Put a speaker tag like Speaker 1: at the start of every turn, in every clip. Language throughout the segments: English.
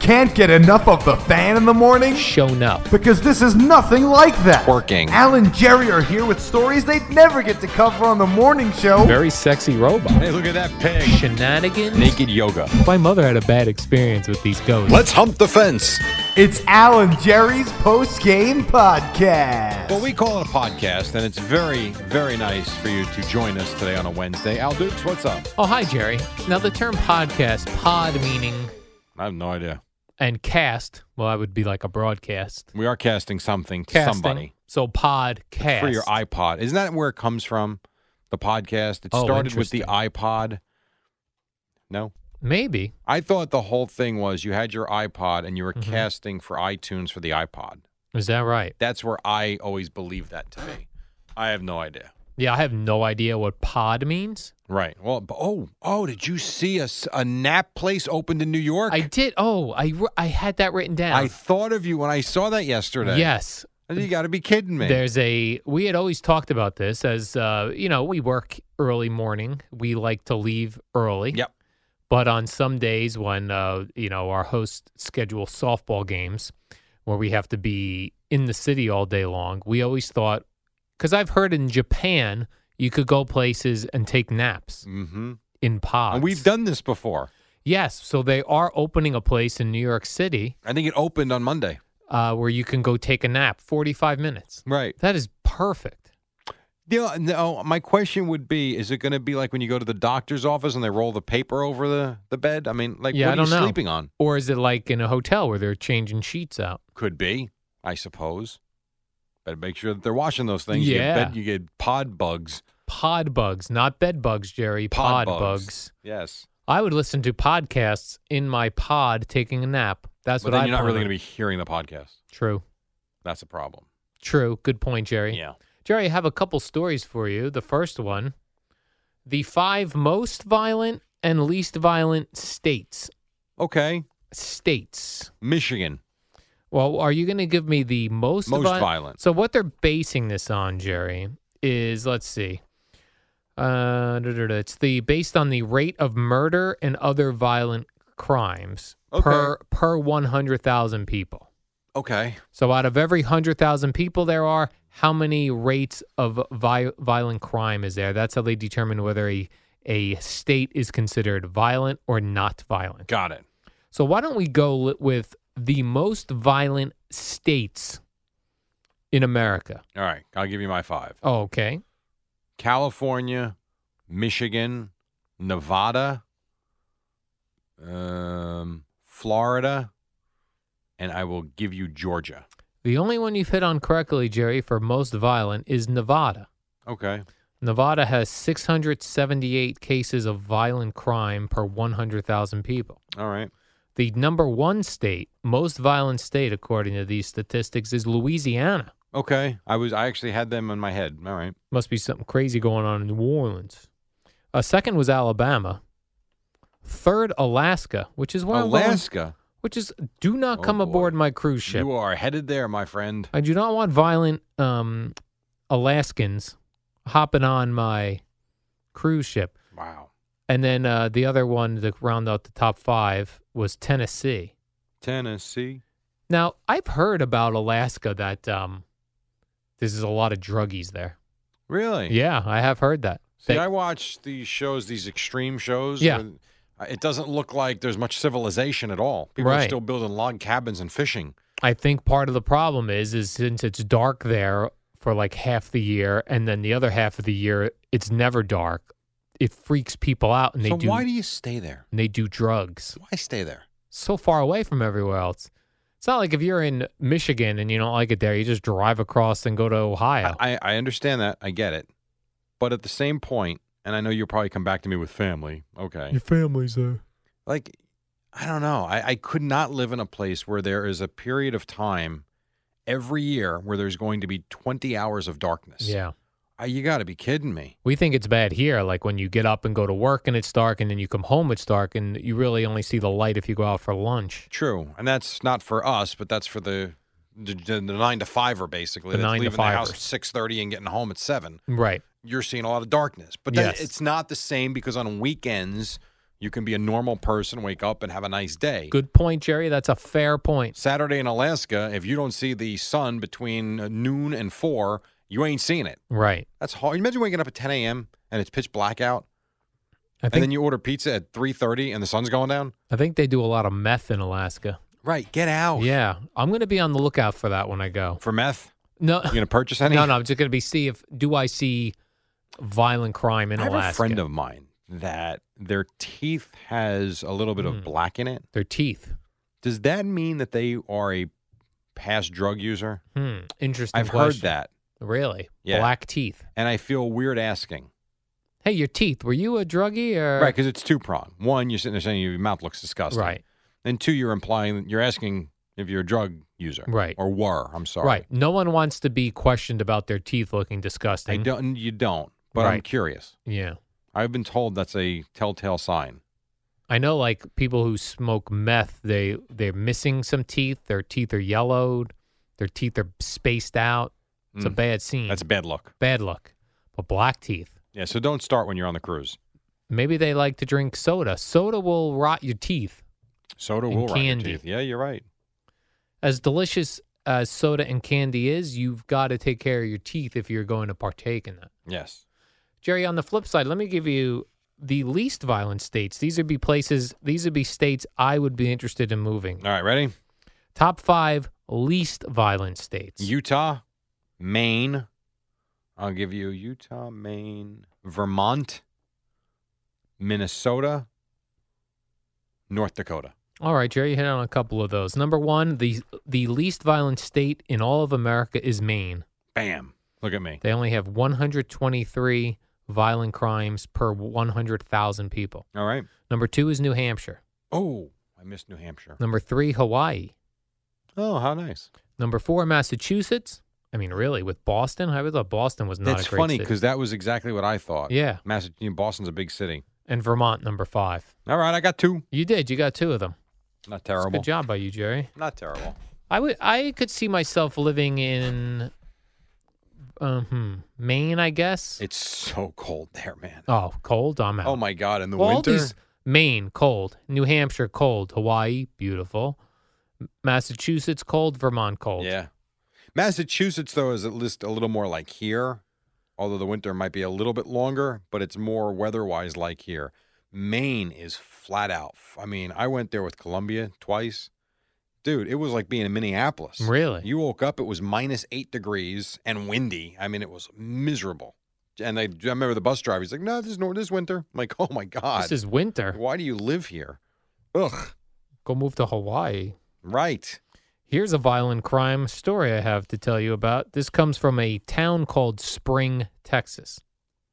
Speaker 1: Can't get enough of the fan in the morning?
Speaker 2: shown up.
Speaker 1: Because this is nothing like that.
Speaker 3: Working.
Speaker 1: Al and Jerry are here with stories they'd never get to cover on the morning show.
Speaker 2: Very sexy robot.
Speaker 3: Hey, look at that pig.
Speaker 2: Shenanigans.
Speaker 3: Naked yoga.
Speaker 2: My mother had a bad experience with these ghosts.
Speaker 3: Let's hump the fence.
Speaker 1: It's Al and Jerry's post game podcast.
Speaker 3: Well, we call it a podcast, and it's very, very nice for you to join us today on a Wednesday. Al Dukes, what's up?
Speaker 2: Oh, hi, Jerry. Now, the term podcast, pod meaning,
Speaker 3: I have no idea.
Speaker 2: and cast, well, I would be like a broadcast.
Speaker 3: We are casting something to
Speaker 2: Casting.
Speaker 3: somebody
Speaker 2: So, podcast.
Speaker 3: for your iPod. Isn't that where it comes from? The podcast? It
Speaker 2: Oh,
Speaker 3: started with the iPod. No?
Speaker 2: Maybe.
Speaker 3: I thought the whole thing was you had your iPod and you were
Speaker 2: Mhm.
Speaker 3: casting for iTunes for the iPod.
Speaker 2: Is that right?
Speaker 3: That's where I always believed that to be. I have no idea.
Speaker 2: Yeah, I have no idea what pod means.
Speaker 3: Right. Well, b- oh, oh, did you see a, s- a nap place opened in New York?
Speaker 2: I did. Oh, I, wr- I had that written down.
Speaker 3: I thought of you when I saw that yesterday.
Speaker 2: Yes.
Speaker 3: I said, You got to be kidding me.
Speaker 2: There's a we had always talked about this as uh, you know we work early morning. We like to leave early.
Speaker 3: Yep.
Speaker 2: But on some days when uh, you know our hosts schedule softball games where we have to be in the city all day long, we always thought because I've heard in Japan you could go places and take naps
Speaker 3: Mm-hmm.
Speaker 2: in pods.
Speaker 3: And we've done this before.
Speaker 2: yes, so they are opening a place in New York City
Speaker 3: I think it opened on Monday.
Speaker 2: uh, where you can go take a nap, forty five minutes.
Speaker 3: Right.
Speaker 2: That is perfect.
Speaker 3: Yeah, no, uh, oh, my question would be is it going to be like when you go to the doctor's office and they roll the paper over the, the bed? I mean, like,
Speaker 2: Yeah,
Speaker 3: what
Speaker 2: I
Speaker 3: are you
Speaker 2: don't know.
Speaker 3: sleeping on?
Speaker 2: Or is it like in a hotel where they're changing sheets out?
Speaker 3: Could be, I suppose. Better make sure that they're washing those things. You
Speaker 2: Yeah.
Speaker 3: get, bed, you get pod bugs.
Speaker 2: Pod bugs, not bed bugs, Jerry.
Speaker 3: Pod
Speaker 2: Pod,
Speaker 3: bugs.
Speaker 2: bugs.
Speaker 3: Yes.
Speaker 2: I would listen to podcasts in my pod taking a nap. That's
Speaker 3: but
Speaker 2: what
Speaker 3: then
Speaker 2: I.
Speaker 3: you're not really
Speaker 2: plan
Speaker 3: going
Speaker 2: on-
Speaker 3: to be hearing the podcast.
Speaker 2: True.
Speaker 3: That's a problem.
Speaker 2: True. Good point, Jerry.
Speaker 3: Yeah.
Speaker 2: Jerry, I have a couple stories for you. The first one, the five most violent and least violent states.
Speaker 3: Okay.
Speaker 2: States.
Speaker 3: Michigan.
Speaker 2: Well, are you going to give me the most
Speaker 3: Most
Speaker 2: vi-
Speaker 3: violent.
Speaker 2: So what they're basing this on, Jerry, is let's see. Uh, da, da, da, it's the based on the rate of murder and other violent crimes
Speaker 3: Okay.
Speaker 2: per per 100,000 people.
Speaker 3: Okay.
Speaker 2: So out of every 100,000 people there are, how many rates of vi- violent crime is there? That's how they determine whether a a state is considered violent or not violent.
Speaker 3: Got it.
Speaker 2: So why don't we go li- with the most violent states in America?
Speaker 3: All right. I'll give you my five
Speaker 2: Oh, okay.
Speaker 3: California, Michigan, Nevada, um, Florida, and I will give you Georgia.
Speaker 2: The only one you've hit on correctly, Jerry, for most violent is Nevada.
Speaker 3: Okay.
Speaker 2: Nevada has 678 cases of violent crime per 100,000 people.
Speaker 3: All right.
Speaker 2: The number one state, most violent state, according to these statistics, is Louisiana.
Speaker 3: Okay. I was I actually had them in my head. All right.
Speaker 2: Uh, Must be something crazy going on in New Orleans. A second was Alabama. Third, Alaska, which is where I'm going,
Speaker 3: Alaska.
Speaker 2: which is do not
Speaker 3: Oh,
Speaker 2: come aboard
Speaker 3: boy.
Speaker 2: my cruise ship.
Speaker 3: You are headed there, my friend.
Speaker 2: I do not want violent um, Alaskans hopping on my cruise ship.
Speaker 3: Wow.
Speaker 2: And then uh, the other one to round out the top five was Tennessee.
Speaker 3: Tennessee.
Speaker 2: Now I've heard about Alaska that um, this is a lot of druggies there.
Speaker 3: Really?
Speaker 2: Yeah, I have heard that.
Speaker 3: See,
Speaker 2: They-
Speaker 3: I watch these shows, these extreme shows.
Speaker 2: Yeah.
Speaker 3: where, uh, It doesn't look like there's much civilization at all. People are
Speaker 2: Right.
Speaker 3: still building log cabins and fishing.
Speaker 2: I think part of the problem is is since it's dark there for like half the year, and then the other half of the year it's never dark. It freaks people out, and they
Speaker 3: so
Speaker 2: do,
Speaker 3: why do you stay there?
Speaker 2: and they do drugs
Speaker 3: Why stay there?
Speaker 2: so far away from everywhere else. It's not like if you're in Michigan and you don't like it there, you just drive across and go to Ohio.
Speaker 3: I, I I understand that. I get it. But at the same point, and I know you'll probably come back to me with family. Okay.
Speaker 2: family's there.
Speaker 3: like I don't know. I, I could not live in a place where there is a period of time every year where there's going to be 20 hours of darkness.
Speaker 2: Yeah.
Speaker 3: Uh, you got to be kidding me.
Speaker 2: We think it's bad here, like when you get up and go to work and it's dark, and then you come home it's dark, and you really only see the light if you go out for lunch.
Speaker 3: True, and that's not for us, but that's for the the, the nine to fiver basically.
Speaker 2: The
Speaker 3: that's
Speaker 2: nine to
Speaker 3: leaving the house at
Speaker 2: fivers.
Speaker 3: six thirty and getting home at seven.
Speaker 2: Right.
Speaker 3: You're seeing a lot of darkness, but that,
Speaker 2: Yes.
Speaker 3: it's not the same because on weekends you can be a normal person, wake up and have a nice day.
Speaker 2: Good point, Jerry. That's a fair point.
Speaker 3: Saturday in Alaska, if you don't see the sun between uh, noon and four, you ain't seeing it.
Speaker 2: Right.
Speaker 3: That's hard. Imagine waking up at 10 a.m. and it's pitch black out,
Speaker 2: I
Speaker 3: and
Speaker 2: think
Speaker 3: then you order pizza at 3:30 and the sun's going down.
Speaker 2: I think they do a lot of meth in Alaska.
Speaker 3: Right, get out.
Speaker 2: Yeah, I'm gonna be on the lookout for that when I go.
Speaker 3: For meth,
Speaker 2: No,
Speaker 3: you gonna purchase any?
Speaker 2: no, no. I'm just gonna be see if do I see violent crime in
Speaker 3: I have
Speaker 2: Alaska.
Speaker 3: a friend of mine that their teeth has a little bit
Speaker 2: Hmm.
Speaker 3: of black in it.
Speaker 2: Their teeth.
Speaker 3: Does that mean that they are a past drug user?
Speaker 2: Hmm. Interesting.
Speaker 3: I've heard
Speaker 2: question.
Speaker 3: that,
Speaker 2: Really.
Speaker 3: Yeah.
Speaker 2: Black teeth.
Speaker 3: and I feel weird asking.
Speaker 2: Hey, your teeth. Were you a druggie or
Speaker 3: Right, because it's two prong. One, you're sitting there saying your mouth looks disgusting.
Speaker 2: Uh, Right.
Speaker 3: And two, you're implying you're asking if you're a drug user.
Speaker 2: Right.
Speaker 3: Or were. I'm sorry.
Speaker 2: Right. No one wants to be questioned about their teeth looking disgusting.
Speaker 3: I don't. You don't. But I'm
Speaker 2: Mm. Right.
Speaker 3: curious.
Speaker 2: Yeah.
Speaker 3: I've been told that's a telltale sign.
Speaker 2: I know like people who smoke meth, they they're missing some teeth, their teeth are yellowed, their teeth are spaced out. It's a
Speaker 3: Mm.
Speaker 2: bad scene.
Speaker 3: That's a bad look.
Speaker 2: bad luck. But black teeth.
Speaker 3: Yeah. So don't start when you're on the cruise.
Speaker 2: Maybe they like to drink soda. Soda will rot your teeth.
Speaker 3: Soda
Speaker 2: And
Speaker 3: will rot your
Speaker 2: candy.
Speaker 3: teeth. Yeah, you're right.
Speaker 2: As delicious as soda and candy is, you've got to take care of your teeth if you're going to partake in that.
Speaker 3: Yes.
Speaker 2: Jerry, on the flip side, let me give you the least violent states. These would be places, these would be states I would be interested in moving.
Speaker 3: All right. Ready?
Speaker 2: Top five least violent states.
Speaker 3: Utah, Maine. I'll give you Utah, Maine, Vermont, Minnesota, North Dakota.
Speaker 2: All right, Jerry, you hit on a couple of those. Number one, the the least violent state in all of America is Maine.
Speaker 3: Bam. Look at me.
Speaker 2: They only have 123 violent crimes per 100,000 people.
Speaker 3: All right.
Speaker 2: Number two is New Hampshire.
Speaker 3: Oh, I missed New Hampshire.
Speaker 2: Number three, Hawaii.
Speaker 3: Oh, how nice.
Speaker 2: Number four, Massachusetts. I mean, really, with Boston, I would thought Boston was not
Speaker 3: That's
Speaker 2: a great
Speaker 3: funny
Speaker 2: city.
Speaker 3: because that was exactly what I thought.
Speaker 2: Yeah.
Speaker 3: Massachusetts, Boston's a big city.
Speaker 2: and Vermont, number five.
Speaker 3: All right, I got two.
Speaker 2: You did. You got two of them.
Speaker 3: Not
Speaker 2: It's
Speaker 3: terrible.
Speaker 2: Good job by you, Jerry.
Speaker 3: Not terrible.
Speaker 2: I would. I could see myself living in, um, hmm, Maine, I guess.
Speaker 3: It's so cold there, man.
Speaker 2: oh, cold. I'm out.
Speaker 3: Oh my god, in the
Speaker 2: Well, all
Speaker 3: winter.
Speaker 2: these- Maine cold, New Hampshire cold, Hawaii beautiful, M- Massachusetts cold, Vermont cold.
Speaker 3: Yeah. Massachusetts though is at least a little more like here, although the winter might be a little bit longer, but it's more weather-wise like here. Maine is flat out. I mean, I went there with Columbia twice. Dude, it was like being in Minneapolis.
Speaker 2: Really?
Speaker 3: You woke up, it was minus eight degrees and windy. I mean, it was miserable. And I, I remember the bus driver. He's like, "No, this is nor this is winter." I'm like, "Oh my god,
Speaker 2: This is winter.
Speaker 3: why do you live here?" Ugh.
Speaker 2: Go move to Hawaii.
Speaker 3: Right.
Speaker 2: Here's a violent crime story I have to tell you about. This comes from a town called Spring, Texas.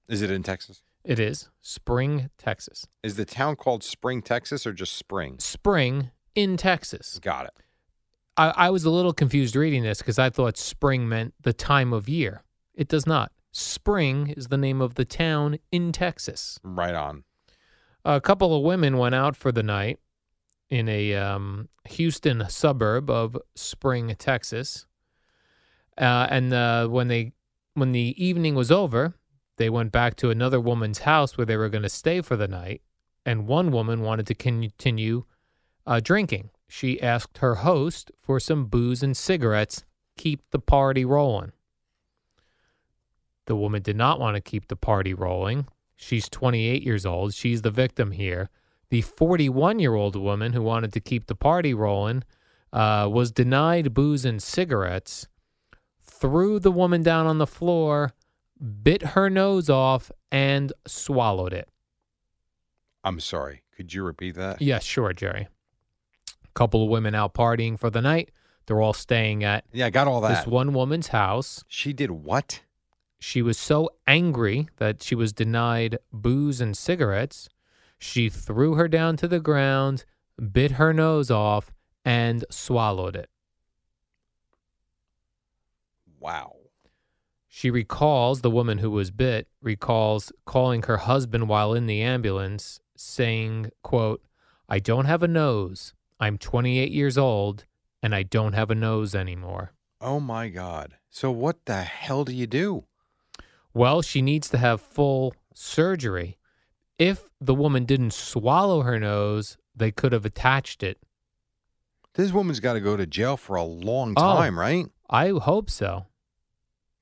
Speaker 3: Is it in Texas?
Speaker 2: It is Spring, Texas.
Speaker 3: Is the town called Spring, Texas, or just Spring?
Speaker 2: Spring in Texas.
Speaker 3: Got it.
Speaker 2: I, I was a little confused reading this because I thought spring meant the time of year. It does not. Spring is the name of the town in Texas.
Speaker 3: Right on.
Speaker 2: A couple of women went out for the night in a um, Houston suburb of Spring, Texas. Uh, and uh, when they when the evening was over, they went back to another woman's house where they were going to stay for the night. And one woman wanted to continue uh, drinking. She asked her host for some booze and cigarettes. Keep the party rolling. The woman did not want to keep the party rolling. She's 28 years old. She's the victim here. The 41 year old woman who wanted to keep the party rolling uh, was denied booze and cigarettes, threw the woman down on the floor, bit her nose off, and swallowed it.
Speaker 3: I'm sorry. Could you repeat that?
Speaker 2: Yeah, sure, Jerry. Couple of women out partying for the night. They're all staying at
Speaker 3: Yeah, I got all that.
Speaker 2: this one woman's house.
Speaker 3: she did what?
Speaker 2: She was so angry that she was denied booze and cigarettes. She threw her down to the ground, bit her nose off, and swallowed it.
Speaker 3: Wow.
Speaker 2: She recalls the woman who was bit recalls calling her husband while in the ambulance saying, quote, "I don't have a nose. I'm 28 years old and I don't have a nose anymore."
Speaker 3: Oh my God. So what the hell do you do?
Speaker 2: Well, she needs to have full surgery. If the woman didn't swallow her nose, they could have attached it.
Speaker 3: This woman's got to go to jail for a long
Speaker 2: Oh.
Speaker 3: time, right?
Speaker 2: I hope so.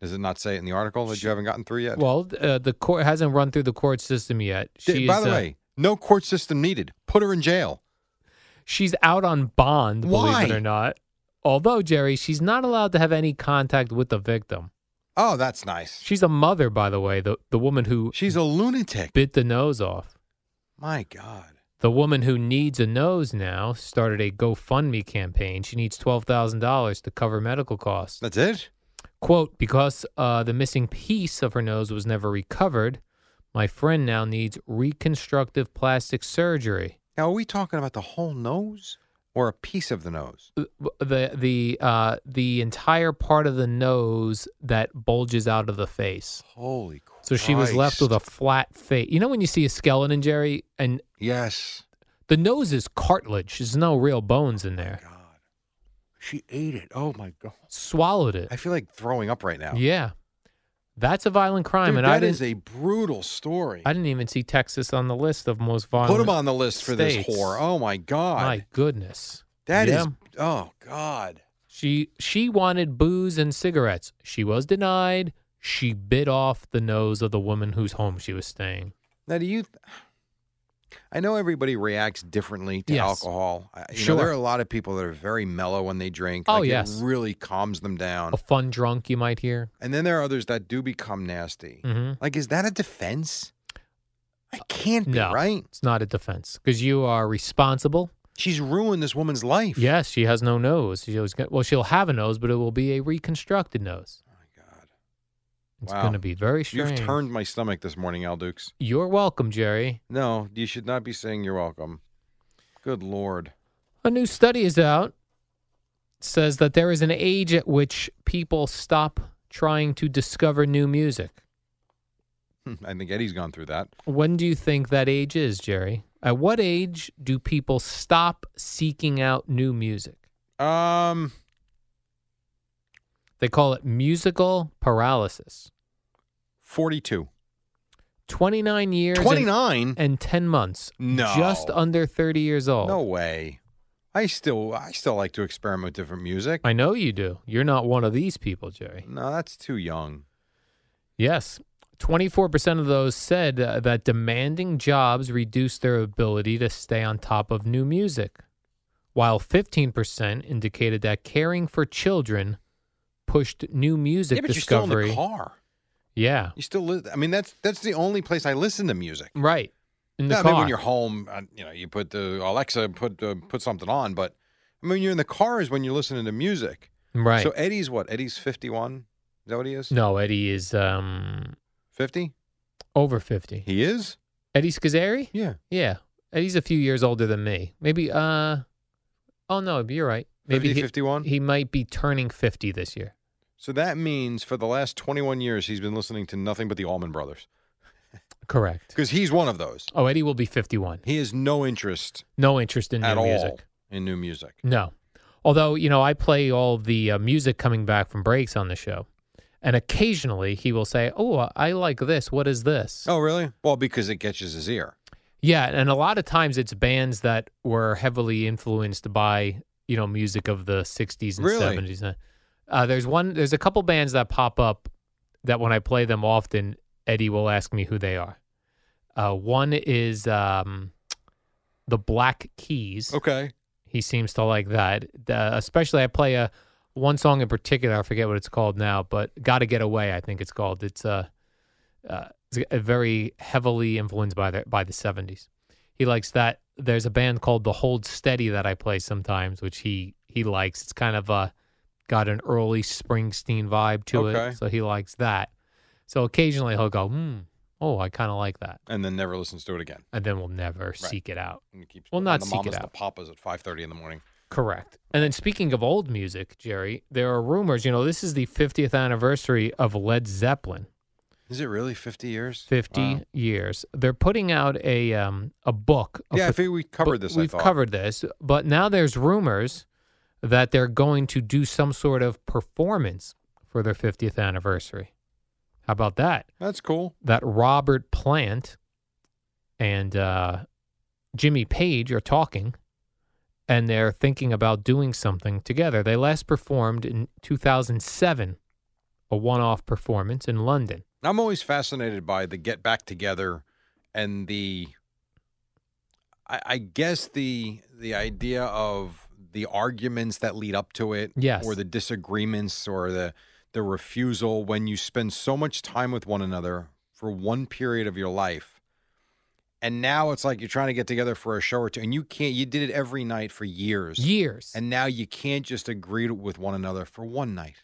Speaker 3: Does it not say it in the article that you haven't gotten through yet?
Speaker 2: Well, uh, the court hasn't run through the court system yet.
Speaker 3: D-
Speaker 2: She's,
Speaker 3: by the
Speaker 2: uh,
Speaker 3: way, no court system needed. Put her in jail.
Speaker 2: she's out on bond, believe it
Speaker 3: Why?
Speaker 2: or not. Although, Jerry, she's not allowed to have any contact with the victim.
Speaker 3: Oh, that's nice.
Speaker 2: She's a mother, by the way, the, the woman who
Speaker 3: She's a lunatic.
Speaker 2: bit the nose off.
Speaker 3: My God.
Speaker 2: The woman who needs a nose now started a GoFundMe campaign. She needs $12,000 to cover medical costs.
Speaker 3: That's it?
Speaker 2: Quote, because uh, the missing piece of her nose was never recovered, my friend now needs reconstructive plastic surgery.
Speaker 3: Now, are we talking about the whole nose or a piece of the nose?
Speaker 2: Uh, The the uh, the entire part of the nose that bulges out of the face.
Speaker 3: Holy Christ.
Speaker 2: So she was left with a flat face. You know when you see a skeleton, Jerry, and
Speaker 3: Yes.
Speaker 2: the nose is cartilage. There's no real bones in there.
Speaker 3: God. She ate it. Oh, my God.
Speaker 2: Swallowed it.
Speaker 3: I feel like throwing up right now.
Speaker 2: Yeah, that's a violent crime,
Speaker 3: Dude,
Speaker 2: and I
Speaker 3: that
Speaker 2: didn't.
Speaker 3: is a brutal story.
Speaker 2: I didn't even see Texas on the list of most violent.
Speaker 3: Put him on the list for
Speaker 2: states.
Speaker 3: this whore. Oh, my God.
Speaker 2: My goodness.
Speaker 3: That is.
Speaker 2: Yeah.
Speaker 3: Oh, God.
Speaker 2: She she wanted booze and cigarettes. She was denied. She bit off the nose of the woman whose home she was staying.
Speaker 3: Now, do you? I know everybody reacts diffently to
Speaker 2: Yes.
Speaker 3: alcohol. I, you know, there
Speaker 2: Sure.
Speaker 3: are a lot of people that are very mellow when they drink.
Speaker 2: Oh,
Speaker 3: like,
Speaker 2: yes.
Speaker 3: it really calms them down.
Speaker 2: A fun drunk, you might hear.
Speaker 3: And then there are others that do become nasty.
Speaker 2: hmm
Speaker 3: Like, is that a defense? I can't be
Speaker 2: No,
Speaker 3: right.
Speaker 2: it's not a defense because you are responsible.
Speaker 3: She's ruined this woman's life.
Speaker 2: Yes, she has no nose. She was, go- well, she'll have a nose, but it will be a reconstructed nose.
Speaker 3: Oh my God.
Speaker 2: It's
Speaker 3: Wow.
Speaker 2: going to be very strange.
Speaker 3: You've turned my stomach this morning, Al Dukes.
Speaker 2: You're welcome, Jerry.
Speaker 3: No, you should not be saying you're welcome. Good Lord.
Speaker 2: A new study is out It says that there is an age at which people stop trying to discover new music.
Speaker 3: I think Eddie's gone through that.
Speaker 2: When do you think that age is, Jerry? At what age do people stop seeking out new music?
Speaker 3: Um,
Speaker 2: They call it musical paralysis.
Speaker 3: 42.
Speaker 2: 29 years and-
Speaker 3: 29?
Speaker 2: And, 10 months.
Speaker 3: No.
Speaker 2: Just under 30 years old.
Speaker 3: No way. I still I still like to experiment with different music.
Speaker 2: I know you do. You're not one of these people, Jerry.
Speaker 3: No, that's too young.
Speaker 2: Yes. 24% of those said uh, that demanding jobs reduce their ability to stay on top of new music, while 15% indicated that caring for children pushed new music
Speaker 3: yeah, but
Speaker 2: discovery.
Speaker 3: you're still in the car.
Speaker 2: Yeah.
Speaker 3: You still li- I mean that's that's the only place I listen to music.
Speaker 2: Right. In the
Speaker 3: Yeah, I
Speaker 2: car.
Speaker 3: mean, when you're home, uh, you know, you put the Alexa put uh, put something on, but I mean, you're in the car is when you're listening to music.
Speaker 2: right.
Speaker 3: So Eddie's what? Eddie's 51. Is that what he is?
Speaker 2: no, Eddie is um
Speaker 3: 50?
Speaker 2: over 50.
Speaker 3: He is?
Speaker 2: Eddie Scazzeri?
Speaker 3: Yeah.
Speaker 2: Yeah. Eddie's a few years older than me. Maybe uh Oh no, you're right. Maybe
Speaker 3: 50,
Speaker 2: he-
Speaker 3: 51?
Speaker 2: he might be turning 50 this year.
Speaker 3: So that means for the last 21 years, he's been listening to nothing but the Allman Brothers.
Speaker 2: Correct.
Speaker 3: because he's one of those.
Speaker 2: Oh, Eddie will be 51.
Speaker 3: He has no interest
Speaker 2: No interest in new
Speaker 3: at all
Speaker 2: music.
Speaker 3: in new music.
Speaker 2: No. Although, you know, I play all the uh, music coming back from breaks on the show. And occasionally he will say, Oh, I like this. What is this?
Speaker 3: Oh, really? Well, because it catches his ear.
Speaker 2: Yeah. And a lot of times it's bands that were heavily influenced by, you know, music of the 60s and
Speaker 3: Really?
Speaker 2: 70s. Uh, there's one, there's a couple bands that pop up that when I play them often, Eddie will ask me who they are. Uh, one is um, the Black Keys.
Speaker 3: Okay.
Speaker 2: He seems to like that. The, especially, I play a one song in particular. I forget what it's called now, but "Gotta Get Away," I think it's called. It's uh, uh, it's a very heavily influenced by the by the seventies. He likes that. There's a band called The Hold Steady that I play sometimes, which he he likes. It's kind of uh, got an early Springsteen vibe to
Speaker 3: Okay.
Speaker 2: it, so he likes that. So occasionally he'll go, hmm, oh, I kind of like that,
Speaker 3: And then never listens to it again.
Speaker 2: and then we'll never seek it out.
Speaker 3: And keeps
Speaker 2: Well,
Speaker 3: and
Speaker 2: not
Speaker 3: the
Speaker 2: seek it
Speaker 3: mamas, the
Speaker 2: out.
Speaker 3: papas at five thirty in the morning.
Speaker 2: Correct. And then speaking of old music, Jerry, there are rumors, you know, this is the 50th anniversary of Led Zeppelin,
Speaker 3: Is it really fifty years?
Speaker 2: 50
Speaker 3: Wow.
Speaker 2: years. They're putting out a um a book. a
Speaker 3: Yeah, I
Speaker 2: pho-
Speaker 3: think we covered
Speaker 2: but
Speaker 3: this.
Speaker 2: We've
Speaker 3: I thought.
Speaker 2: covered this, but now there's rumors that they're going to do some sort of performance for their 50th anniversary. How about that?
Speaker 3: That's cool.
Speaker 2: That Robert Plant and uh, Jimmy Page are talking, and they're thinking about doing something together. They last performed in 2007, a one-off performance in London.
Speaker 3: I'm always fascinated by the get back together and the I, I guess the the idea of the arguments that lead up to it
Speaker 2: Yes.
Speaker 3: or the disagreements or the the refusal when you spend so much time with one another for one period of your life and now it's like you're trying to get together for a show or two and you can't you did it every night for years
Speaker 2: Years.
Speaker 3: and now you can't just agree to, with one another for one night.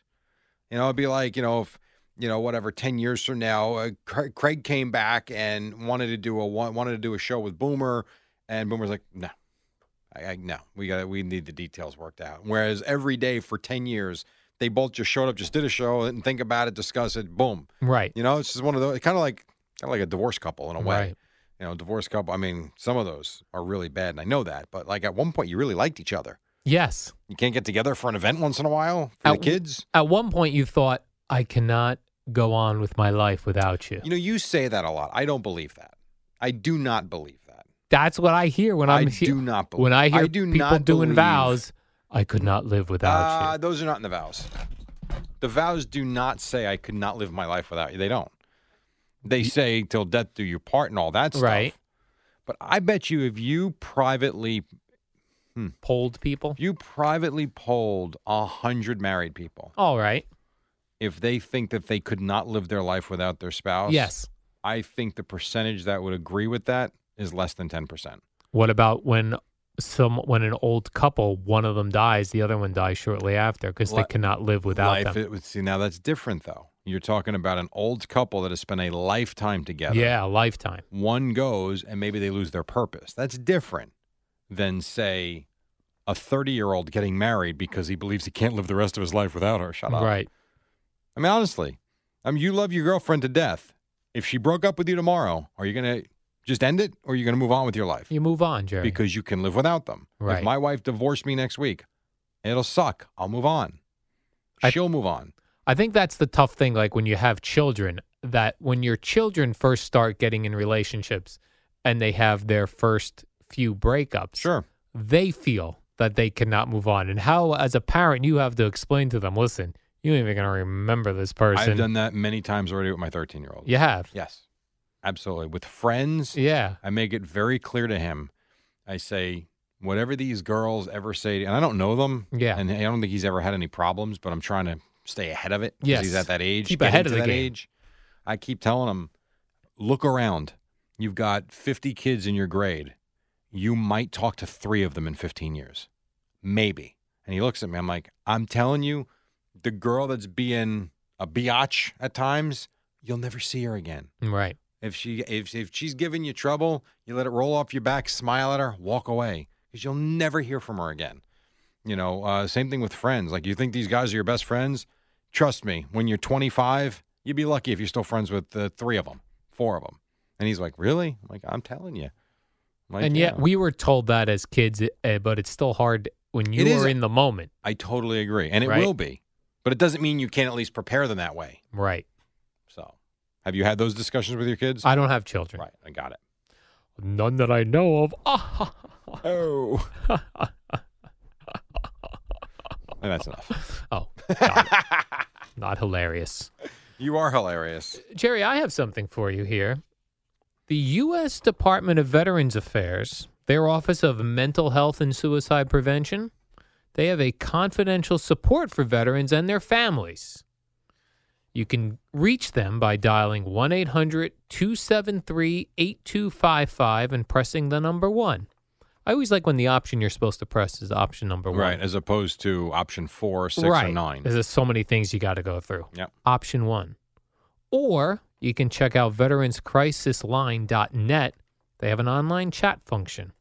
Speaker 3: You know, it'd be like, you know, if, you know, whatever, 10 years from now, uh, Cra- Craig came back and wanted to do a, wa- wanted to do a show with Boomer and Boomer's like, no, I, I no, we got to we need the details worked out. Whereas every day for 10 years, they both just showed up, just did a show and think about it, discuss it, boom.
Speaker 2: right.
Speaker 3: You know, it's just one of those, kind of like, kind of like a divorce couple in a way.
Speaker 2: Right.
Speaker 3: You know, divorce couple. I mean, some of those are really bad, and I know that. But like at one point, you really liked each other.
Speaker 2: Yes.
Speaker 3: You can't get together for an event once in a while for the
Speaker 2: At-
Speaker 3: kids.
Speaker 2: At one point, you thought, I cannot go on with my life without you.
Speaker 3: You know, you say that a lot. I don't believe that. I do not believe that.
Speaker 2: That's what I hear when
Speaker 3: I
Speaker 2: I'm
Speaker 3: do not believe.
Speaker 2: when I hear
Speaker 3: do
Speaker 2: people
Speaker 3: not
Speaker 2: doing
Speaker 3: believe-
Speaker 2: vows. I could not live without
Speaker 3: Uh,
Speaker 2: you.
Speaker 3: those are not in the vows. The vows do not say I could not live my life without you. They don't. They say till death do you part and all that stuff.
Speaker 2: Right.
Speaker 3: But I bet you, if you privately,
Speaker 2: Polled people.
Speaker 3: if you privately polled a hundred married people,
Speaker 2: All right.
Speaker 3: if they think that they could not live their life without their spouse,
Speaker 2: Yes.
Speaker 3: I think the percentage that would agree with that is less than 10%.
Speaker 2: What about when some when an old couple, one of them dies, the other one dies shortly after because they
Speaker 3: Li-
Speaker 2: cannot live without
Speaker 3: Life,
Speaker 2: them.
Speaker 3: it would see now that's different though. You're talking about an old couple that has spent a lifetime together.
Speaker 2: yeah, a lifetime.
Speaker 3: One goes and maybe they lose their purpose. That's different than say a 30-year-old getting married because he believes he can't live the rest of his life without her. Shut up.
Speaker 2: Right.
Speaker 3: I mean honestly, I mean you love your girlfriend to death. If she broke up with you tomorrow, are you going to just end it or are you going to move on with your life?
Speaker 2: You move on, Jerry.
Speaker 3: because you can live without them.
Speaker 2: Right.
Speaker 3: If my wife divorced me next week, it'll suck. I'll move on.
Speaker 2: I-
Speaker 3: She'll move on.
Speaker 2: I think that's the tough thing. Like when you have children, that when your children first start getting in relationships and they have their first few breakups,
Speaker 3: Sure.
Speaker 2: they feel that they cannot move on. And how, as a parent, you have to explain to them listen, you ain't even going to remember this person.
Speaker 3: I've done that many times already with my 13 year old.
Speaker 2: you have.
Speaker 3: Yes. Absolutely. With friends,
Speaker 2: Yeah.
Speaker 3: I make it very clear to him. I say, whatever these girls ever say, and I don't know them.
Speaker 2: Yeah.
Speaker 3: And I don't think he's ever had any problems, but I'm trying to stay ahead of it because
Speaker 2: Yes.
Speaker 3: he's at that age.
Speaker 2: Keep
Speaker 3: get
Speaker 2: ahead of
Speaker 3: into
Speaker 2: the
Speaker 3: that
Speaker 2: game.
Speaker 3: age. I keep telling him, look around. You've got 50 kids in your grade. You might talk to three of them in 15 years, maybe. And he looks at me. I'm like, I'm telling you, the girl that's being a biatch at times, you'll never see her again.
Speaker 2: Right.
Speaker 3: If she if if she's giving you trouble, you let it roll off your back, smile at her, walk away, because you'll never hear from her again. You know, uh, same thing with friends. Like you think these guys are your best friends? Trust me, when you're 25, you'd be lucky if you're still friends with uh, three of them, four of them. And he's like, really? I'm like, I'm telling you. I'm like,
Speaker 2: and yet
Speaker 3: "Yeah."
Speaker 2: we were told that as kids, uh, but it's still hard when you
Speaker 3: It is-
Speaker 2: are in the moment,
Speaker 3: I totally agree. And it
Speaker 2: Right.
Speaker 3: will be. But it doesn't mean you can't at least prepare them that way.
Speaker 2: right?
Speaker 3: So have you had those discussions with your kids?
Speaker 2: I don't have children,
Speaker 3: right. I got it.
Speaker 2: none that I know of. Ah,
Speaker 3: Oh. and that's enough.
Speaker 2: oh, got it. not hilarious,
Speaker 3: You are hilarious.
Speaker 2: Jerry. I have something for you here. The U.S. Department of Veterans Affairs, their Office of Mental Health and Suicide Prevention, they have a confidential support for veterans and their families. You can reach them by dialing 1 800 273 8255 and pressing the number one. I always like when the option you're supposed to press is option number one.
Speaker 3: Right. As opposed to option four, six,
Speaker 2: right.
Speaker 3: or nine.
Speaker 2: There's just so many things you got to go through.
Speaker 3: Yep.
Speaker 2: Option one. Or you can check out veteranscrisisline.net. They have an online chat function.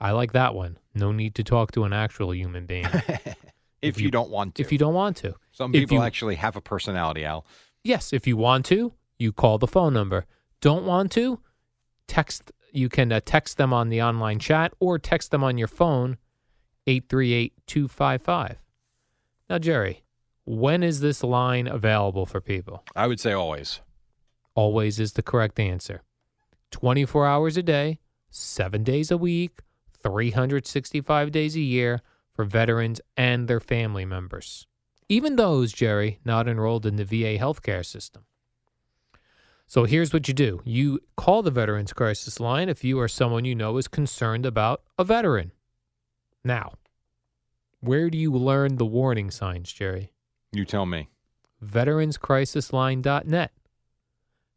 Speaker 2: I like that one. No need to talk to an actual human being
Speaker 3: if,
Speaker 2: if
Speaker 3: you,
Speaker 2: you-
Speaker 3: don't want to.
Speaker 2: if you don't want to.
Speaker 3: Some
Speaker 2: if
Speaker 3: people
Speaker 2: you-
Speaker 3: actually have a personality, Al.
Speaker 2: Yes, if you want to, you call the phone number. Don't want to, text. You can uh, text them on the online chat or text them on your phone, 838-255. Now, Jerry, when is this line available for people?
Speaker 3: I would say always.
Speaker 2: Always is the correct answer. 24 hours a day, 7 days a week, 365 days a year for veterans and their family members. Even those, Jerry, not enrolled in the VA healthcare system. So here's what you do you call the Veterans Crisis Line if you or someone you know is concerned about a veteran. Now, where do you learn the warning signs, Jerry?
Speaker 3: You tell me.
Speaker 2: veteranscrisisline.net.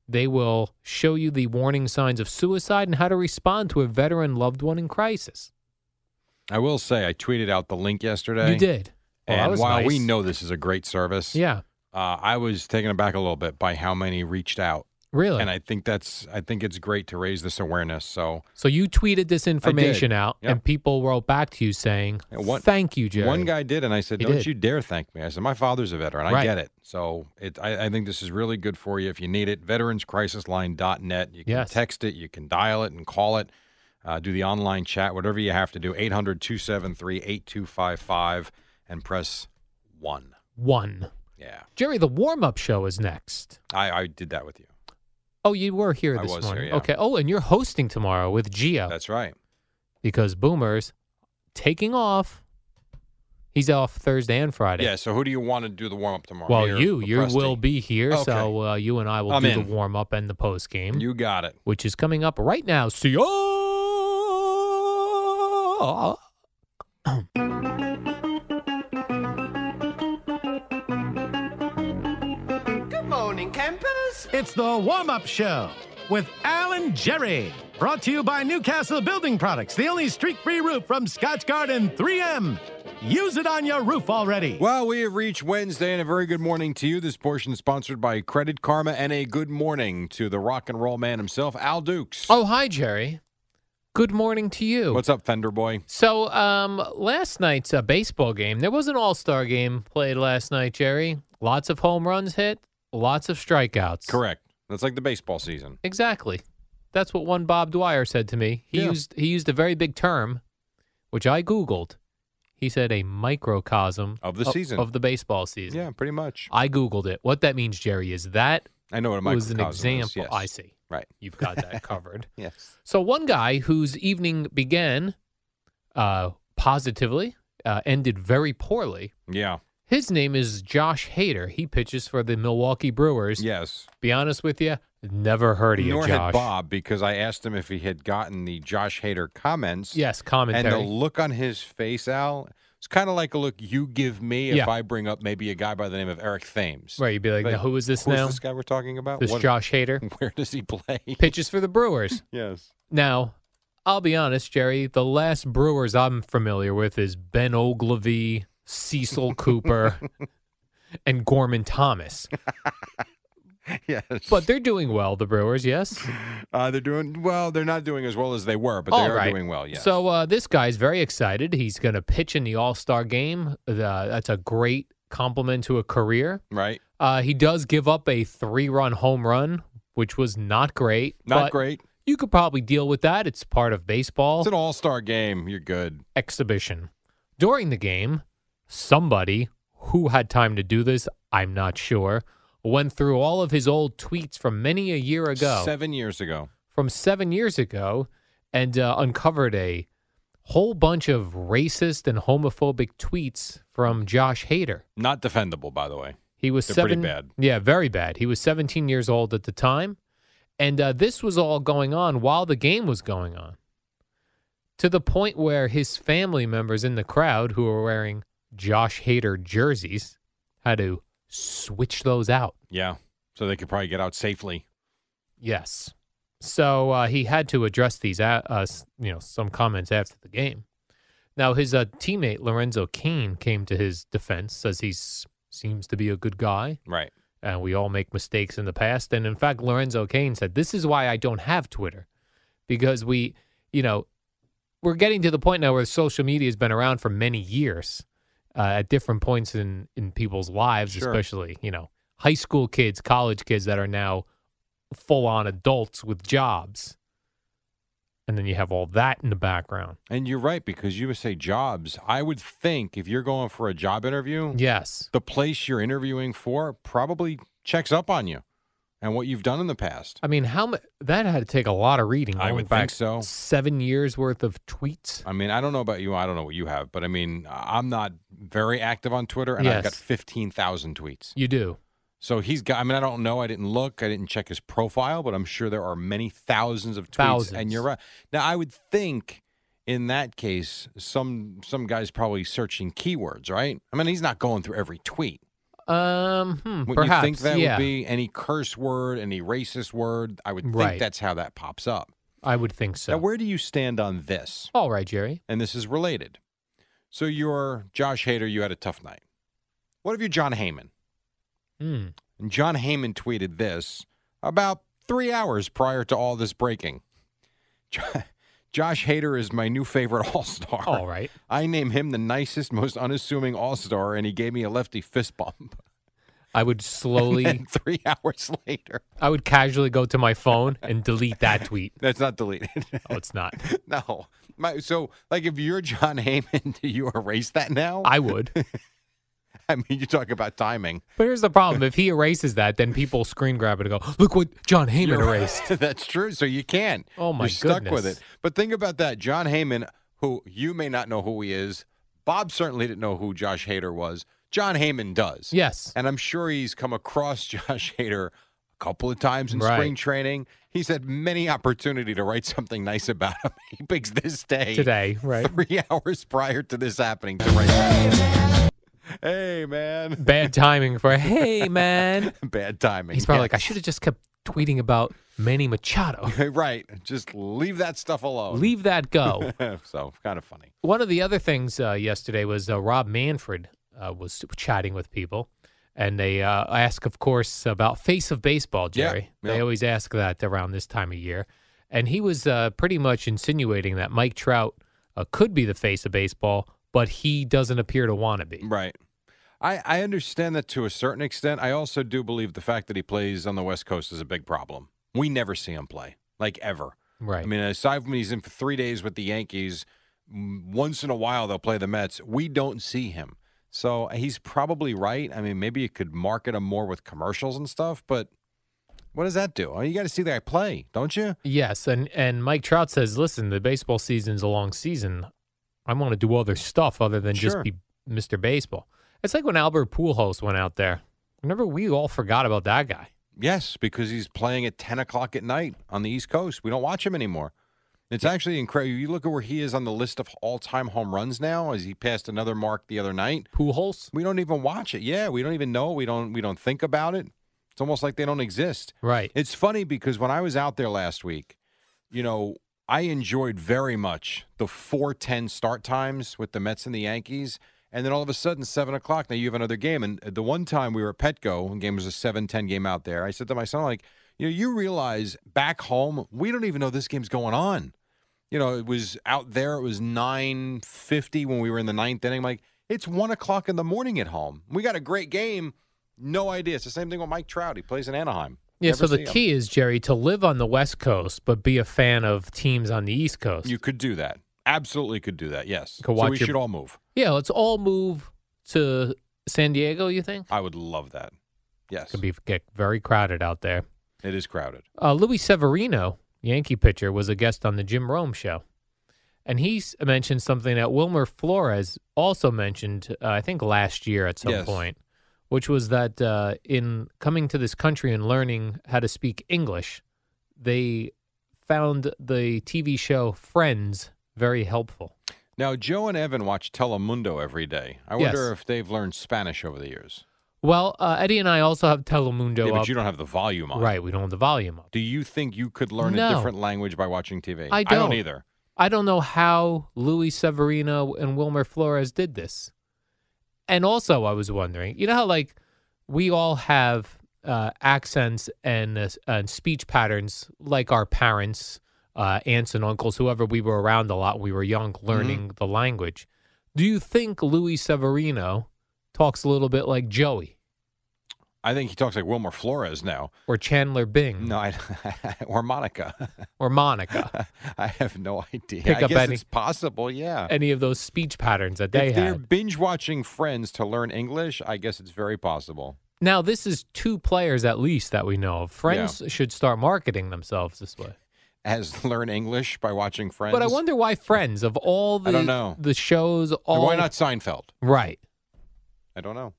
Speaker 2: They will show you the warning signs of suicide and how to respond to a veteran loved one in crisis.
Speaker 3: I will say I tweeted out the link yesterday.
Speaker 2: You did. Well, that
Speaker 3: and
Speaker 2: was
Speaker 3: while we
Speaker 2: nice.
Speaker 3: know this is a great service,
Speaker 2: Yeah,
Speaker 3: uh, I was taken aback a little bit by how many reached out,
Speaker 2: really.
Speaker 3: and I think that's I think it's great to raise this awareness. So
Speaker 2: so you tweeted this information out,
Speaker 3: Yeah.
Speaker 2: and people wrote back to you saying,
Speaker 3: Yeah, one-
Speaker 2: "Thank you, Jerry."
Speaker 3: one guy did, and I said,
Speaker 2: He
Speaker 3: "Don't
Speaker 2: did.
Speaker 3: you dare thank me." I said, "My father's a veteran. I
Speaker 2: Right.
Speaker 3: get it. So it, I, I think this is really good for you if you need it. VeteransCrisisLine.net. You can
Speaker 2: Yes.
Speaker 3: text it, you can dial it, and call it. Uh, do the online chat, whatever you have to do. 800-273-8255 and press one.
Speaker 2: one.
Speaker 3: Yeah,
Speaker 2: Jerry, the warm-up show is next.
Speaker 3: I, I did that with you.
Speaker 2: Oh, you were here
Speaker 3: I
Speaker 2: this
Speaker 3: was here,
Speaker 2: morning.
Speaker 3: yeah.
Speaker 2: Okay. Oh, and you're hosting tomorrow with Gio
Speaker 3: That's right.
Speaker 2: because Boomer's taking off. He's off Thursday and Friday.
Speaker 3: Yeah. So who do you want to do the warm up tomorrow?
Speaker 2: Well,
Speaker 3: Here
Speaker 2: you
Speaker 3: for
Speaker 2: you
Speaker 3: Presty?
Speaker 2: will be here, so uh, you and I will
Speaker 3: I'm
Speaker 2: do
Speaker 3: in.
Speaker 2: the warm up and the post game,
Speaker 3: You got it.
Speaker 2: which is coming up right now. See ya.
Speaker 4: It's the warm up show with Alan Jerry. Brought to you by Newcastle Building Products, the only streak free roof from Scotch Garden 3M. Use it on your roof already.
Speaker 3: Well, we have reached Wednesday, and a very good morning to you. This portion is sponsored by Credit Karma, and a good morning to the rock and roll man himself, Al Dukes.
Speaker 2: Oh, hi, Jerry. Good morning to you.
Speaker 3: What's up, Fender Boy?
Speaker 2: so, um, last night's uh, baseball game, there was an all star game played last night, Jerry. Lots of home runs hit, lots of strikeouts.
Speaker 3: Correct. That's like the baseball season.
Speaker 2: Exactly. That's what one Bob Dwyer said to me. He
Speaker 3: Yeah.
Speaker 2: used he used a very big term, which I googled. He said a microcosm
Speaker 3: Of the season.
Speaker 2: of the baseball season.
Speaker 3: Yeah, pretty much.
Speaker 2: I googled it. What that means, Jerry, is that
Speaker 3: I know what a
Speaker 2: was an
Speaker 3: microcosm
Speaker 2: example.
Speaker 3: Is. Yes.
Speaker 2: I see.
Speaker 3: Right.
Speaker 2: You've got that covered.
Speaker 3: Yes.
Speaker 2: So one guy whose evening began uh, positively, uh, ended very poorly.
Speaker 3: Yeah.
Speaker 2: His name is Josh Hader. He pitches for the Milwaukee Brewers.
Speaker 3: Yes.
Speaker 2: Be honest with you, never heard of you,
Speaker 3: Nor
Speaker 2: Josh.
Speaker 3: had Bob because I asked him if he had gotten the Josh Hader comments.
Speaker 2: Yes, commentary.
Speaker 3: And the look on his face, Al, it's kind of like a look you give me if
Speaker 2: Yeah.
Speaker 3: I bring up maybe a guy by the name of Eric Thames.
Speaker 2: Right, you'd be like,
Speaker 3: Like,
Speaker 2: now, who is this
Speaker 3: Who's
Speaker 2: now?
Speaker 3: this guy we're talking about?
Speaker 2: This
Speaker 3: What-
Speaker 2: Josh Hader
Speaker 3: Where does he play?
Speaker 2: pitches for the Brewers.
Speaker 3: yes.
Speaker 2: Now, I'll be honest, Jerry. The last Brewers I'm familiar with is Ben Ogilvy, Cecil Cooper, and Gorman Thomas.
Speaker 3: Yes.
Speaker 2: But they're doing well, the Brewers. Yes.
Speaker 3: uh, they're doing well. They're not doing as well as they were, but they
Speaker 2: All
Speaker 3: are
Speaker 2: right.
Speaker 3: doing well. Yes.
Speaker 2: So uh, this guy's very excited. He's going to pitch in the All Star game. Uh, that's a great compliment to a career.
Speaker 3: right.
Speaker 2: Uh, he does give up a three run home run which was not great.
Speaker 3: Not
Speaker 2: but
Speaker 3: great.
Speaker 2: You could probably deal with that. It's part of baseball
Speaker 3: It's an all star game. You're good.
Speaker 2: exhibition. During the game, somebody who had time to do this, I'm not sure, went through all of his old tweets from many a year ago,
Speaker 3: Seven years ago.
Speaker 2: from seven years ago, and uh, uncovered a whole bunch of racist and homophobic tweets from Josh Hader.
Speaker 3: Not defendable, by the way.
Speaker 2: He was
Speaker 3: They're pretty
Speaker 2: seven.
Speaker 3: bad.
Speaker 2: Yeah, very bad. He was 17 years old at the time, and uh, this was all going on while the game was going on, to the point where his family members in the crowd, who were wearing Josh Hader jerseys, had to switch those out.
Speaker 3: Yeah. So they could probably get out safely.
Speaker 2: Yes. So uh, he had to address these, a- uh, s- you know, some comments after the game. Now his uh, teammate Lorenzo Kane came to his defense, says he seems to be a good guy.
Speaker 3: Right.
Speaker 2: and we all make mistakes in the past. And in fact, Lorenzo Kane said, "This is why I don't have Twitter, because we, you know, we're getting to the point now where social media has been around for many years, uh, at different points in in people's lives,
Speaker 3: Sure.
Speaker 2: especially you know high school kids, college kids that are now full on adults with jobs, and then you have all that in the background.
Speaker 3: And you're right because you would say jobs. I would think if you're going for a job interview,
Speaker 2: Yes,
Speaker 3: the place you're interviewing for probably checks up on you and what you've done in the past.
Speaker 2: I mean, how mu- that had to take a lot of reading.
Speaker 3: I
Speaker 2: going
Speaker 3: would think
Speaker 2: back
Speaker 3: so.
Speaker 2: Seven years worth of tweets.
Speaker 3: I mean, I don't know about you. I don't know what you have, but I mean, I- I'm not very active on Twitter, and I've got
Speaker 2: Yes.
Speaker 3: 15,000 tweets.
Speaker 2: You do.
Speaker 3: So he's got, I mean, I don't know. I didn't look. I didn't check his profile, but I'm sure there are many thousands of tweets. And
Speaker 2: Thousands.
Speaker 3: you're right. Now, I would think in that case, some some guy's probably searching keywords, right? I mean, he's not going through every tweet.
Speaker 2: Um, hmm,
Speaker 3: Wouldn't
Speaker 2: perhaps.
Speaker 3: you think that
Speaker 2: yeah,
Speaker 3: would be any curse word, any racist word? I would think
Speaker 2: Right.
Speaker 3: that's how that pops up.
Speaker 2: I would think so.
Speaker 3: Now, where do you stand on this?
Speaker 2: All right, Jerry.
Speaker 3: And this is related. So you're Josh Hader. You had a tough night. What if you're John Heyman?
Speaker 2: Hmm.
Speaker 3: And John Heyman tweeted this about three hours prior to all this breaking. Jo- Josh Hader is my new favorite All Star.
Speaker 2: All right.
Speaker 3: I name him the nicest, most unassuming All Star, and he gave me a lefty fist bump.
Speaker 2: I would slowly,
Speaker 3: And three hours later,
Speaker 2: I would casually go to my phone and delete that tweet.
Speaker 3: that's not deleted.
Speaker 2: Oh, it's not.
Speaker 3: no. My, so, like, if you're John Heyman, do you erase that now?
Speaker 2: I would.
Speaker 3: I mean, you talk about timing.
Speaker 2: But here's the problem: if he erases that, then people screen grab it and go, "Look what John Heyman erased."
Speaker 3: That's true. So you can't.
Speaker 2: Oh, my
Speaker 3: You're stuck with
Speaker 2: goodness.
Speaker 3: it. But think about that. John Heyman, who you may not know who he is. Bob certainly didn't know who Josh Hader was. John Heyman does.
Speaker 2: Yes.
Speaker 3: And I'm sure he's come across Josh Hader a couple of times in
Speaker 2: Right.
Speaker 3: spring training. He's had many opportunity to write something nice about him. He picks this day
Speaker 2: Today, right?
Speaker 3: Three hours prior to this happening to write. that. Hey man.
Speaker 2: Bad timing for hey man.
Speaker 3: Bad timing.
Speaker 2: He's probably
Speaker 3: Yeah.
Speaker 2: like, I should have just kept tweeting about Manny Machado.
Speaker 3: right. Just leave that stuff alone.
Speaker 2: Leave that go.
Speaker 3: so kind of funny.
Speaker 2: One of the other things uh, yesterday was uh, Rob Manfred uh, was chatting with people, and they uh, ask, of course, about face of baseball,
Speaker 3: Yeah,
Speaker 2: Jerry.
Speaker 3: yeah.
Speaker 2: They always ask that around this time of year, and he was uh, pretty much insinuating that Mike Trout uh, could be the face of baseball, but he doesn't appear to want to be.
Speaker 3: Right. I, I understand that to a certain extent. I also do believe the fact that he plays on the West Coast is a big problem. We never see him play, like ever.
Speaker 2: Right.
Speaker 3: I mean, aside from when he's in for three days with the Yankees, m- once in a while they'll play the Mets. We don't see him. So uh, he's probably right. I mean, maybe you could market him more with commercials and stuff, but what does that do? I mean, you got to see the guy play, don't you?
Speaker 2: yes, and and Mike Trout says, "Listen, the baseball season's a long season. I want to do other stuff other than
Speaker 3: Sure.
Speaker 2: just be Mr. Baseball." It's like when Albert Pujols went out there. Remember, we all forgot about that guy.
Speaker 3: Yes, because he's playing at 10 o'clock at night on the East Coast. We don't watch him anymore. It's actually incredible. You look at where he is on the list of all time home runs now, as he passed another mark the other night.
Speaker 2: Pujols.
Speaker 3: We don't even watch it. Yeah, we don't even know. We don't we don't think about it. It's almost like they don't exist.
Speaker 2: Right.
Speaker 3: It's funny because when I was out there last week, you know, I enjoyed very much the 410 start times with the Mets and the Yankees. And then all of a sudden, 7 o'clock, now you have another game. And the one time we were at Petco, and game was a 7-10 game out there, I said to my son, like, you know, you realize back home, we don't even know this game's going on. You know, it was out there, it was 9.50 when we were in the ninth inning. I'm like, it's 1 o'clock in the morning at home. We got a great game. No idea. It's the same thing with Mike Trout. He plays in Anaheim.
Speaker 2: Yeah,
Speaker 3: Never
Speaker 2: so the
Speaker 3: see 'em.
Speaker 2: key is, Jerry, to live on the West Coast but be a fan of teams on the East Coast.
Speaker 3: You could do that. Absolutely could do that. Yes.
Speaker 2: Could
Speaker 3: so
Speaker 2: watch
Speaker 3: we
Speaker 2: your-
Speaker 3: should all move.
Speaker 2: yeah, let's all move to San Diego, you think?
Speaker 3: I would love that. Yes.
Speaker 2: Could be get very crowded out there.
Speaker 3: It is crowded.
Speaker 2: Uh, Louis Severino, Yankee pitcher, was a guest on the Jim Rome show. And he s- mentioned something that Wilmer Flores also mentioned, uh, I think last year at some
Speaker 3: Yes.
Speaker 2: point, which was that uh, in coming to this country and learning how to speak English, they found the TV show Friends very helpful.
Speaker 3: Now, Joe and Evan watch Telemundo every day. I
Speaker 2: Yes.
Speaker 3: wonder if they've learned Spanish over the years.
Speaker 2: Well, uh, Eddie and I also have Telemundo
Speaker 3: Yeah,
Speaker 2: up.
Speaker 3: but you don't have the volume on.
Speaker 2: right, we don't have the volume up.
Speaker 3: Do you think you could learn
Speaker 2: No.
Speaker 3: a different language by watching TV?
Speaker 2: I don't.
Speaker 3: either.
Speaker 2: I don't know how Luis Severino and Wilmer Flores did this. And also, I was wondering, you know how like we all have uh, accents and uh, s- and speech patterns like our parents, uh, aunts and uncles, whoever we were around a lot when we were young,
Speaker 3: Mm-hmm.
Speaker 2: learning the language. Do you think Luis Severino talks a little bit like Joey
Speaker 3: I think he talks like Wilmer Flores now.
Speaker 2: or Chandler Bing
Speaker 3: No, I, or Monica.
Speaker 2: or Monica?
Speaker 3: I have no idea.
Speaker 2: Pick
Speaker 3: I
Speaker 2: up
Speaker 3: guess
Speaker 2: any-
Speaker 3: it's possible. Yeah.
Speaker 2: Any of those speech patterns that they
Speaker 3: if
Speaker 2: had?
Speaker 3: they're binge watching Friends to learn English, I guess it's very possible.
Speaker 2: Now, this is two players at least that we know of. Friends should start marketing themselves this way.
Speaker 3: As learn English by watching Friends.
Speaker 2: But I wonder why Friends, of all the
Speaker 3: I don't know.
Speaker 2: the shows,
Speaker 3: And
Speaker 2: all
Speaker 3: why not Seinfeld?
Speaker 2: right?
Speaker 3: I don't know.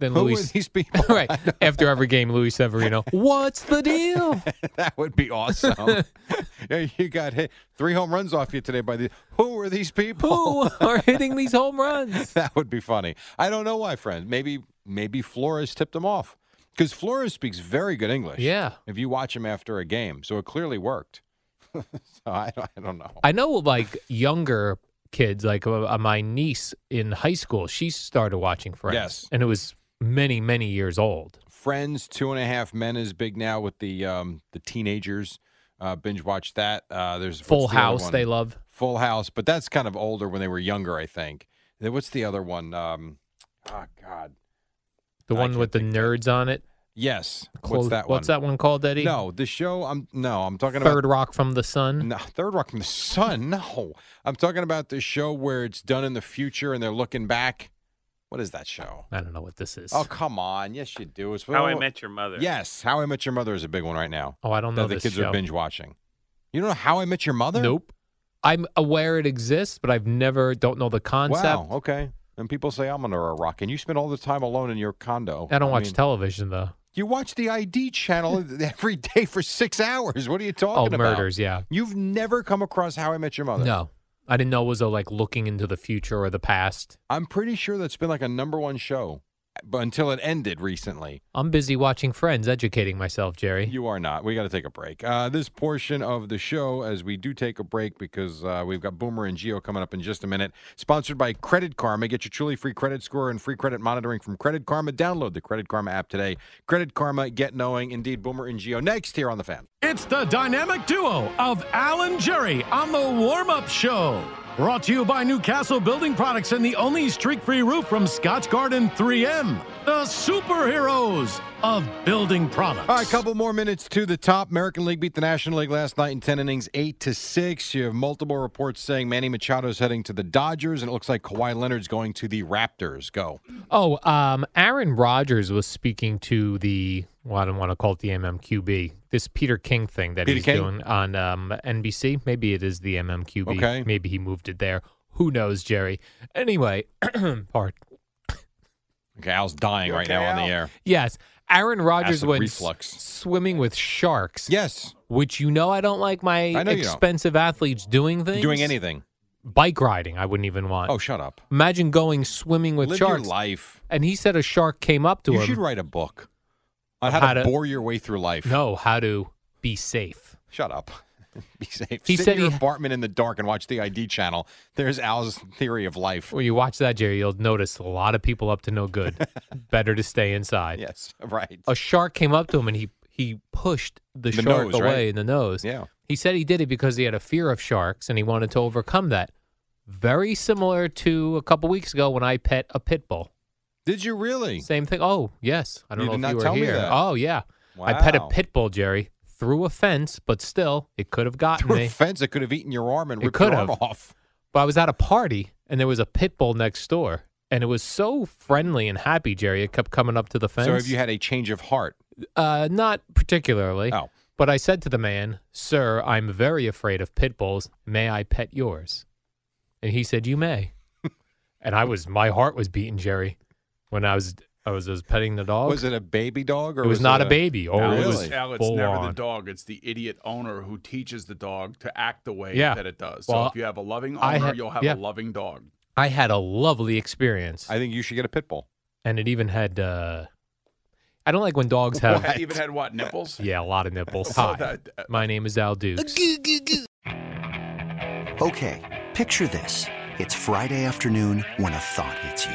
Speaker 2: Then
Speaker 3: Who
Speaker 2: Luis,
Speaker 3: are these people?
Speaker 2: right after every game, Luis Severino. What's the deal?
Speaker 3: that would be awesome. Yeah, you got hit three home runs off you today by the. Who are these people?
Speaker 2: Who are hitting these home runs?
Speaker 3: that would be funny. I don't know why, friends. Maybe maybe Flores tipped them off because Flores speaks very good English.
Speaker 2: Yeah,
Speaker 3: If you watch him after a game, so it clearly worked. so I, I don't know.
Speaker 2: I know. Like younger kids, like uh, my niece in high school, she started watching Friends,
Speaker 3: Yes.
Speaker 2: and it was many, many years old.
Speaker 3: Friends, Two and a Half Men is big now with the um, the teenagers. Uh, binge watch that. Uh, there's what's
Speaker 2: Full
Speaker 3: the other
Speaker 2: House,
Speaker 3: one?
Speaker 2: they love.
Speaker 3: Full House, but that's kind of older when they were younger, I think. Then What's the other one? Um, oh God,
Speaker 2: The
Speaker 3: I
Speaker 2: one
Speaker 3: can't
Speaker 2: with the nerds on it.
Speaker 3: yes.
Speaker 2: Close-
Speaker 3: what's that
Speaker 2: What's
Speaker 3: one?
Speaker 2: that one called, Eddie?
Speaker 3: No, the show. I'm no. I'm talking about
Speaker 2: Third Rock from the Sun.
Speaker 3: No, Third Rock from the Sun. No, I'm talking about the show where it's done in the future and they're looking back. What is that show?
Speaker 2: I don't know what this is.
Speaker 3: Oh, come on. Yes, you do. It's
Speaker 5: How I Met Your Mother.
Speaker 3: Yes, How I Met Your Mother is a big one right now.
Speaker 2: Oh, I don't know
Speaker 3: that the
Speaker 2: this
Speaker 3: kids
Speaker 2: show.
Speaker 3: are binge watching. You don't know How I Met Your Mother?
Speaker 2: Nope. I'm aware it exists, but I've never don't know the concept.
Speaker 3: Wow. Okay. And people say I'm under a rock, and you spend all the time alone in your condo.
Speaker 2: I don't watch
Speaker 3: Oh, mean,
Speaker 2: television though.
Speaker 3: you watch the ID channel every day for six hours. What are you
Speaker 2: Oh,
Speaker 3: talking about?
Speaker 2: murders, yeah.
Speaker 3: You've never come across How I Met Your Mother.
Speaker 2: No. I didn't know it was a, like looking into the future or the past.
Speaker 3: I'm pretty sure that's been like a number one show, but until it ended recently.
Speaker 2: I'm busy watching Friends, educating myself, Jerry.
Speaker 3: You are not. We got to take a break. Uh, this portion of the show, as we do take a break, because uh, we've got Boomer and Geo coming up in just a minute. Sponsored by Credit Karma. Get your truly free credit score and free credit monitoring from Credit Karma. Download the Credit Karma app today. Credit Karma, get knowing. Indeed, Boomer and Geo next here on the fan.
Speaker 4: It's the dynamic duo of Alan Jerry on the warm up show. Brought to you by Newcastle Building Products and the only streak free roof from Scotch Garden 3M, the superheroes of building products.
Speaker 3: All right, couple more minutes to the top. American League beat the National League last night in ten innings, eight to six. You have multiple reports saying Manny Machado's heading to the Dodgers, and it looks like Kawhi Leonard's going to the Raptors. Go.
Speaker 2: Oh, um, Aaron Rodgers was speaking to the well, I don't want to call it the MMQB. This Peter King thing that
Speaker 3: Peter
Speaker 2: he's
Speaker 3: King?
Speaker 2: doing on um, NBC. Maybe it is the MMQB.
Speaker 3: Okay.
Speaker 2: Maybe he moved it there. Who knows, Jerry? Anyway, part
Speaker 3: Okay, Al's dying right now on the air.
Speaker 2: yes, Aaron Rodgers
Speaker 3: Acid
Speaker 2: went
Speaker 3: reflux.
Speaker 2: s- swimming with sharks.
Speaker 3: Yes.
Speaker 2: which you know I don't like my
Speaker 3: I know you don't.
Speaker 2: expensive athletes doing things.
Speaker 3: Doing anything.
Speaker 2: Bike riding, I wouldn't even want.
Speaker 3: Oh, shut up.
Speaker 2: Imagine going swimming with
Speaker 3: Live
Speaker 2: sharks.
Speaker 3: your life.
Speaker 2: And he said a shark came up to
Speaker 3: you
Speaker 2: him.
Speaker 3: should write a book on how,
Speaker 2: How
Speaker 3: to,
Speaker 2: to-
Speaker 3: bore your way through life.
Speaker 2: no, how to be safe.
Speaker 3: Shut up. Be safe.
Speaker 2: He
Speaker 3: Sit
Speaker 2: said
Speaker 3: in your
Speaker 2: he-
Speaker 3: apartment in the dark and watch the ID channel. There's Al's theory of life.
Speaker 2: When you watch that, Jerry, you'll notice a lot of people up to no good. Better to stay inside.
Speaker 3: Yes, right.
Speaker 2: A shark came up to him and he he pushed the,
Speaker 3: The
Speaker 2: shark
Speaker 3: nose,
Speaker 2: away
Speaker 3: right?
Speaker 2: in the nose.
Speaker 3: Yeah.
Speaker 2: He said he did it because he had a fear of sharks and he wanted to overcome that. Very similar to a couple weeks ago when I pet a pit bull.
Speaker 3: Did you really?
Speaker 2: Same thing. Oh, yes. I don't
Speaker 3: You
Speaker 2: know
Speaker 3: did
Speaker 2: if
Speaker 3: not
Speaker 2: you were
Speaker 3: tell me
Speaker 2: here.
Speaker 3: that.
Speaker 2: Oh, yeah. I pet a
Speaker 3: Wow.
Speaker 2: pit bull, Jerry, through a fence, but still, it could have gotten
Speaker 3: Through a
Speaker 2: me.
Speaker 3: fence that could have eaten your arm and
Speaker 2: It
Speaker 3: ripped your
Speaker 2: could
Speaker 3: arm
Speaker 2: have.
Speaker 3: off.
Speaker 2: But I was at a party and there was a pit bull next door, and it was so friendly and happy, Jerry. It kept coming up to the fence.
Speaker 3: So have you had a change of heart?
Speaker 2: Uh, not particularly.
Speaker 3: Oh.
Speaker 2: But I said to the man, Sir, I'm very afraid of pit bulls. May I pet yours? And he said, You may. and I was, my heart was beating, Jerry, when I was, I was, I was petting the dog.
Speaker 3: Was it a baby dog? Or
Speaker 2: It was not a baby. Oh,
Speaker 3: No,
Speaker 2: it was
Speaker 3: really?
Speaker 5: Al, it's
Speaker 2: full
Speaker 5: never the
Speaker 2: on.
Speaker 5: dog. It's the idiot owner who teaches the dog to act the way
Speaker 2: Yeah.
Speaker 5: that it does. So
Speaker 2: Well,
Speaker 5: if you have a loving
Speaker 2: I
Speaker 5: owner,
Speaker 2: ha-
Speaker 5: you'll have
Speaker 2: yeah.
Speaker 5: a loving dog.
Speaker 2: I had a lovely experience.
Speaker 3: I think you should get a pit bull.
Speaker 2: and it even had, uh, I don't like when dogs have,
Speaker 5: Had- even had what nipples?
Speaker 2: yeah, a lot of nipples.
Speaker 5: So
Speaker 2: Hi.
Speaker 5: that- uh,
Speaker 2: My name is Al Dukes.
Speaker 6: Okay, picture this. It's Friday afternoon when a thought hits you.